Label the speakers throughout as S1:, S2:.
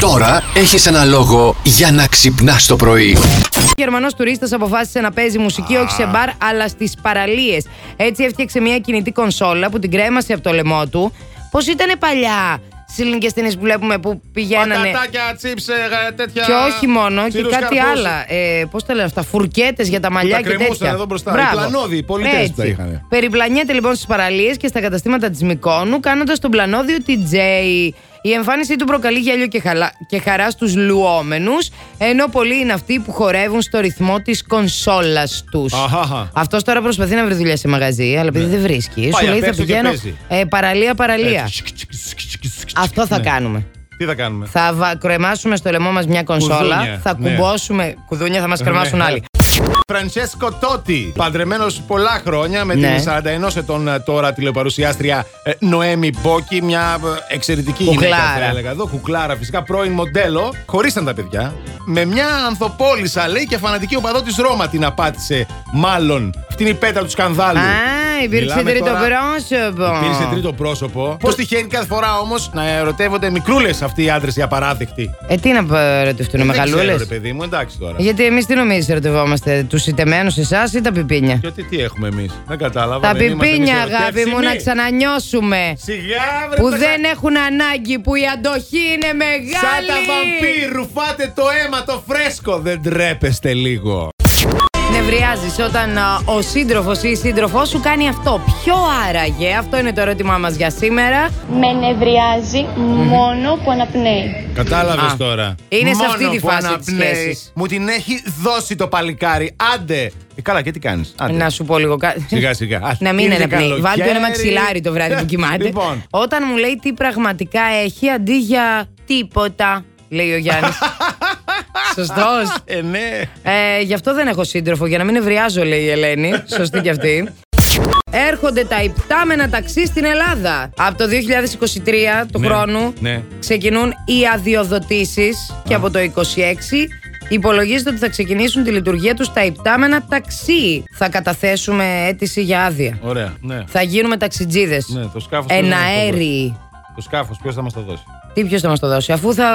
S1: Τώρα έχεις ένα λόγο για να ξυπνάς το πρωί.
S2: Γερμανός τουρίστας αποφάσισε να παίζει μουσική όχι σε μπαρ αλλά στις παραλίες. Έτσι έφτιαξε μια κινητή κονσόλα που την κρέμασε από το λαιμό του. Πώς ήταν παλιά στι ελληνικέ ταινίε που βλέπουμε που πηγαίνανε.
S3: Πατατάκια, τσίπς, ε, ε, τέτοια.
S2: ναι. Και όχι μόνο, και
S3: ψηλούς
S2: κάτι
S3: καρπούς.
S2: άλλα. Ε, Πώς τα λένε αυτά, φουρκέτες για τα μαλλιά
S3: τα
S2: και
S3: κρεμούσαν
S2: τέτοια.
S3: εδώ μπροστά,
S2: Μπράβο.
S3: οι πλανόδιοι, οι πολιτές
S2: Έτσι.
S3: που τα είχανε.
S2: Περιπλανιέται λοιπόν στις παραλίες και στα καταστήματα της Μικόνου, κάνοντας τον πλανόδιο DJ. Η εμφάνισή του προκαλεί γέλιο και, χαλα... και χαρά στους λουόμενους, ενώ πολλοί είναι αυτοί που χορεύουν στο ρυθμό της κονσόλας τους.
S3: Αχάχα.
S2: Αυτός τώρα προσπαθεί να βρει δουλειά σε μαγαζί, αλλά επειδή δεν βρίσκει,
S3: Ναι. Πάει
S2: σου λέει θα
S3: απέξω και
S2: πηγαίνω
S3: παίζει.
S2: ε, παραλία-παραλία.
S3: Έτσι.
S2: Αυτό θα
S3: Ναι.
S2: κάνουμε.
S3: Τι θα κάνουμε.
S2: Θα βα- κρεμάσουμε στο λαιμό μας μια κονσόλα,
S3: Κουδούνια,
S2: θα
S3: ναι.
S2: κουμπώσουμε. Κουδούνια θα μας κρεμάσουν
S3: Ναι.
S2: άλλοι.
S3: Φραντσέσκο Τότι, παντρεμένος πολλά χρόνια με
S2: Ναι.
S3: την 41 ετών ε, τώρα τηλεπαρουσιάστρια ε, Νοέμι Μπόκη, μια ε, εξαιρετική γυναίκα
S2: Κουκλάρα.
S3: θα έλεγα εδώ, κουκλάρα φυσικά, πρώην μοντέλο, χωρίσαν τα παιδιά, με μια ανθοπόλησα λέει και φανατική οπαδό της Ρώμα την απάτησε, μάλλον. Αυτή είναι η πέτρα του σκανδάλου.
S2: Α, υπήρξε
S3: Μιλάμε
S2: τρίτο
S3: τώρα-
S2: πρόσωπο.
S3: Υπήρξε τρίτο πρόσωπο. Πώς τυχαίνει κάθε φορά όμως να ερωτεύονται μικρούλες αυτοί οι άντρες οι απαράδεκτοι.
S2: Ε, τι να πω, ρωτευτούν
S3: Δεν
S2: μεγαλούλες.
S3: ξέρω, ρε παιδί μου, εντάξει τώρα.
S2: Γιατί εμείς τι νομίζεις, ρωτευόμαστε, του ητεμένου εσάς ή τα πιπίνια.
S3: Και ότι τι έχουμε εμείς. Δεν κατάλαβα.
S2: Τα
S3: δεν είμαστε εμείς
S2: πιπίνια, αγάπη μου,
S3: ερωτεύσιμοι.
S2: να ξανανιώσουμε.
S3: Σιγά, βρε,
S2: Που
S3: τα
S2: δεν έχουν ανάγκη, που η αντοχή είναι μεγάλη.
S3: Σαν τα βαμπύρ, ρουφάτε το αίμα το φρέσκο. Δεν τρέπεστε λίγο.
S2: Νευριάζει όταν α, ο σύντροφος ή η σύντροφός σου κάνει αυτό. Ποιο άραγε, αυτό είναι το ερώτημά μας για σήμερα.
S4: Με νευριάζει μόνο που αναπνέει.
S3: Κατάλαβες
S2: Α,
S3: τώρα.
S2: είναι σε
S3: Μόνο
S2: αυτή τη
S3: που
S2: φάση της
S3: αναπνέεις.
S2: σχέσης.
S3: Μου την έχει δώσει το παλικάρι. Άντε. Ε, καλά, και τι κάνεις.
S2: Να σου πω λίγο κάτι.
S3: Σιγά, σιγά. Ας,
S2: Να μην
S3: είναι
S2: ενεπνέει.
S3: καλοκαίρι.
S2: Βάλτε ένα μαξιλάρι το βράδυ που κοιμάται.
S3: Λοιπόν.
S2: Όταν μου λέει τι πραγματικά έχει αντί για τίποτα, λέει ο Γιάννης. Σωστός.
S3: Ε, ναι.
S2: Ε, γι' αυτό δεν έχω σύντροφο, για να μην ευριάζω, λέει η Ελένη. Σωστή κι αυτή. Έρχονται τα υπτάμενα ταξί στην Ελλάδα. Από το 2023 του
S3: Ναι,
S2: χρόνου
S3: ναι.
S2: ξεκινούν οι αδειοδοτήσεις και από το 26 υπολογίζεται ότι θα ξεκινήσουν τη λειτουργία τους τα υπτάμενα ταξί. Θα καταθέσουμε αίτηση για άδεια.
S3: Ωραία. Ναι.
S2: Θα γίνουμε ταξιτζίδες.
S3: Ναι, το σκάφος δεν είναι
S2: Εναέριοι.
S3: Το σκάφος, ποιος θα μας το δώσει.
S2: Τι ποιος θα μας το δώσει, αφού θα.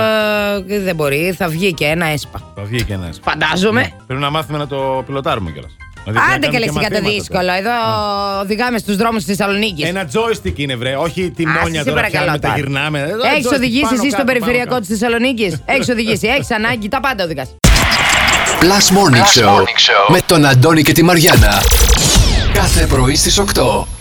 S2: δεν μπορεί, θα βγει και ένα έσπα.
S3: Θα βγει και ένα.
S2: Φαντάζομαι.
S3: Ναι. Πρέπει να μάθουμε να το πιλοτάρουμε Δηλαδή, κιόλα.
S2: Άντε και λεξικά το δύσκολο. Εδώ οδηγάμε στους δρόμους της Θεσσαλονίκης.
S3: Ένα joystick είναι βρε, όχι τη μόνια
S2: σε
S3: τώρα
S2: παρακαλώ
S3: πια
S2: τώρα.
S3: τα γυρνάμε. Εδώ,
S2: Έχεις
S3: joystick
S2: οδηγήσει
S3: πάνω
S2: εσύ στο
S3: κάτω,
S2: περιφερειακό
S3: πάνω
S2: της Θεσσαλονίκης. Έχεις οδηγήσει, έχεις ανάγκη, τα πάντα οδηγάς.
S1: Plus Morning, Show, με τον Αντώνη και τη Μαριάνα. Κάθε πρωί στις 8.